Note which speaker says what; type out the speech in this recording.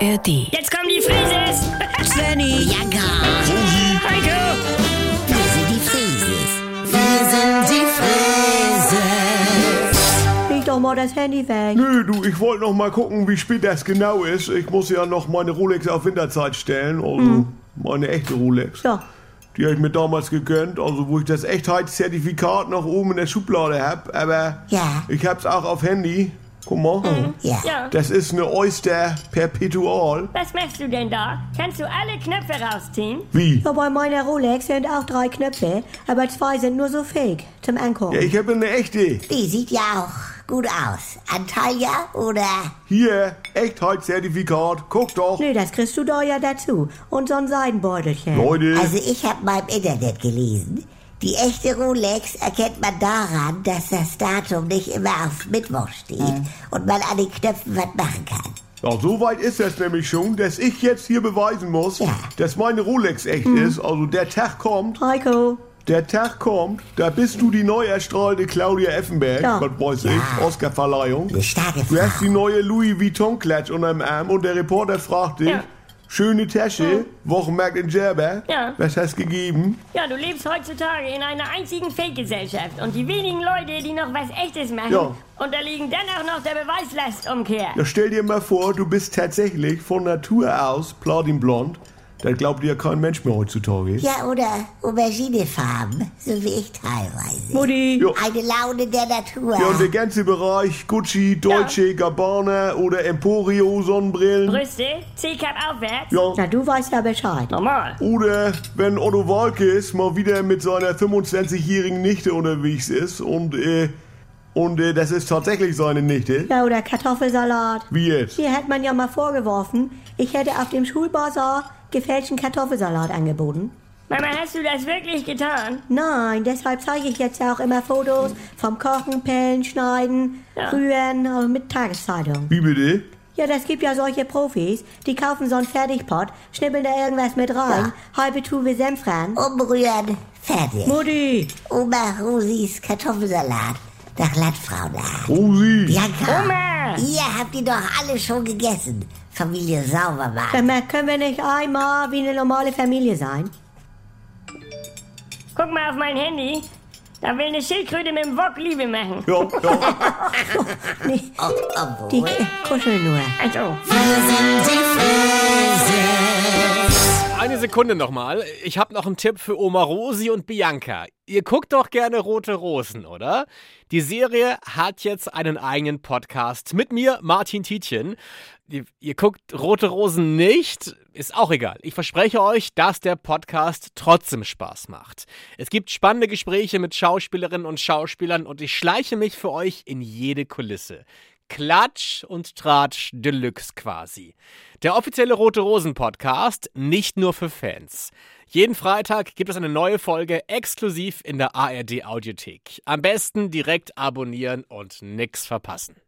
Speaker 1: ARD.
Speaker 2: Jetzt kommen die Frises!
Speaker 3: Svenny,
Speaker 4: Ja, gar.
Speaker 2: Heiko!
Speaker 4: Wir sind die Frieses. Wir sind die Frieses.
Speaker 3: leg doch mal das Handy weg.
Speaker 5: Nö, du, ich wollte noch mal gucken, wie spät das genau ist. Ich muss ja noch meine Rolex auf Winterzeit stellen, also meine echte Rolex.
Speaker 3: Ja,
Speaker 5: Die habe ich mir damals gegönnt, also wo ich das Echtheitszertifikat noch oben in der Schublade hab. Aber
Speaker 4: Ja.
Speaker 5: ich hab's auch auf Handy. Guck mal.
Speaker 4: Ja.
Speaker 2: Ja,
Speaker 5: Das ist eine Oyster Perpetual.
Speaker 2: was machst du denn da? Kannst du alle Knöpfe rausziehen?
Speaker 5: Wie?
Speaker 3: ja, bei meiner Rolex sind auch drei Knöpfe, aber zwei sind nur so fake zum Angucken.
Speaker 5: Ja, ich habe eine echte.
Speaker 4: Die sieht ja auch gut aus. Antalya oder
Speaker 5: Hier, Echtheitszertifikat. Guck doch.
Speaker 3: Nee, das kriegst du da ja dazu. Und so ein Seidenbeutelchen.
Speaker 5: Leute.
Speaker 4: Also ich habe mal im Internet gelesen, die echte Rolex erkennt man daran, dass das Datum nicht immer auf Mittwoch steht und man an den Knöpfen was machen kann.
Speaker 5: Ja, so weit ist das nämlich schon, dass ich jetzt hier beweisen muss,
Speaker 4: Ja.
Speaker 5: dass meine Rolex echt ist. Also der Tag kommt,
Speaker 3: Heiko,
Speaker 5: der Tag kommt, da bist du die neu erstrahlte Claudia Effenberg,
Speaker 3: Ja.
Speaker 5: Gott weiß ich,
Speaker 4: Ja.
Speaker 5: Oscarverleihung.
Speaker 4: Eine starke
Speaker 5: Du hast die
Speaker 4: Frau.
Speaker 5: neue Louis Vuitton-Klatsch unter dem Arm und der Reporter fragt dich,
Speaker 2: Ja.
Speaker 5: schöne Tasche, Wochenmarkt in Gerber,
Speaker 2: Ja.
Speaker 5: was hast gegeben?
Speaker 2: Ja, du lebst heutzutage in einer einzigen Fake-Gesellschaft und die wenigen Leute, die noch was Echtes machen,
Speaker 5: Ja.
Speaker 2: unterliegen dann auch noch der Beweislastumkehr.
Speaker 5: Ja, stell dir mal vor, du bist tatsächlich von Natur aus platinblond, dann glaubt dir kein Mensch mehr heutzutage.
Speaker 4: Ja, oder Auberginefarben, so wie ich teilweise.
Speaker 3: Mutti.
Speaker 5: Jo.
Speaker 4: Eine Laune der Natur.
Speaker 5: Ja, und der ganze Bereich Gucci, Deutsche, Gabbana oder Emporio Sonnenbrillen.
Speaker 2: Brüste, C-Cup aufwärts.
Speaker 5: Ja.
Speaker 3: Na, du weißt ja Bescheid.
Speaker 2: Normal.
Speaker 5: Oder wenn Otto Walkes mal wieder mit seiner 25-jährigen Nichte unterwegs ist und, äh, und äh, das ist tatsächlich seine Nichte.
Speaker 3: Ja, oder Kartoffelsalat.
Speaker 5: Wie jetzt?
Speaker 3: Mir hat man ja mal vorgeworfen, ich hätte auf dem Schulbazar gefälschten Kartoffelsalat angeboten.
Speaker 2: Mama, hast du das wirklich getan?
Speaker 3: Nein, deshalb zeige ich jetzt ja auch immer Fotos vom Kochen, Pellen, Schneiden,
Speaker 2: Ja.
Speaker 3: Rühren also mit Tageszeitung.
Speaker 5: Wie bitte?
Speaker 3: Ja, das gibt ja solche Profis, die kaufen so einen Fertigpott, schnippeln da irgendwas mit rein, halbe Tube Senf ran.
Speaker 4: Umrühren, fertig.
Speaker 3: Mutti!
Speaker 4: Oma Rosis Kartoffelsalat nach Landfrauenart.
Speaker 5: Rosi!
Speaker 4: Bianca,
Speaker 2: Oma!
Speaker 4: ihr habt die doch alle schon gegessen. Familie Saubermann.
Speaker 3: Sag mal, können wir nicht einmal wie eine normale Familie sein?
Speaker 2: Guck mal auf mein Handy. Da will eine Schildkröte mit dem Wok Liebe machen.
Speaker 5: Ja, ja.
Speaker 3: Nee,
Speaker 4: Oh, obwohl.
Speaker 3: die äh, kuscheln nur.
Speaker 2: Also,
Speaker 6: Eine Sekunde nochmal. Ich habe noch einen Tipp für Oma Rosi und Bianca. Ihr guckt doch gerne Rote Rosen, oder? Die Serie hat jetzt einen eigenen Podcast mit mir, Martin Tietjen. Ihr, ihr guckt Rote Rosen nicht, ist auch egal. Ich verspreche euch, dass der Podcast trotzdem Spaß macht. Es gibt spannende Gespräche mit Schauspielerinnen und Schauspielern und ich schleiche mich für euch in jede Kulisse. Klatsch und Tratsch Deluxe quasi. Der offizielle Rote Rosen Podcast, nicht nur für Fans. Jeden Freitag gibt es eine neue Folge exklusiv in der ARD Audiothek. Am besten direkt abonnieren und nix verpassen.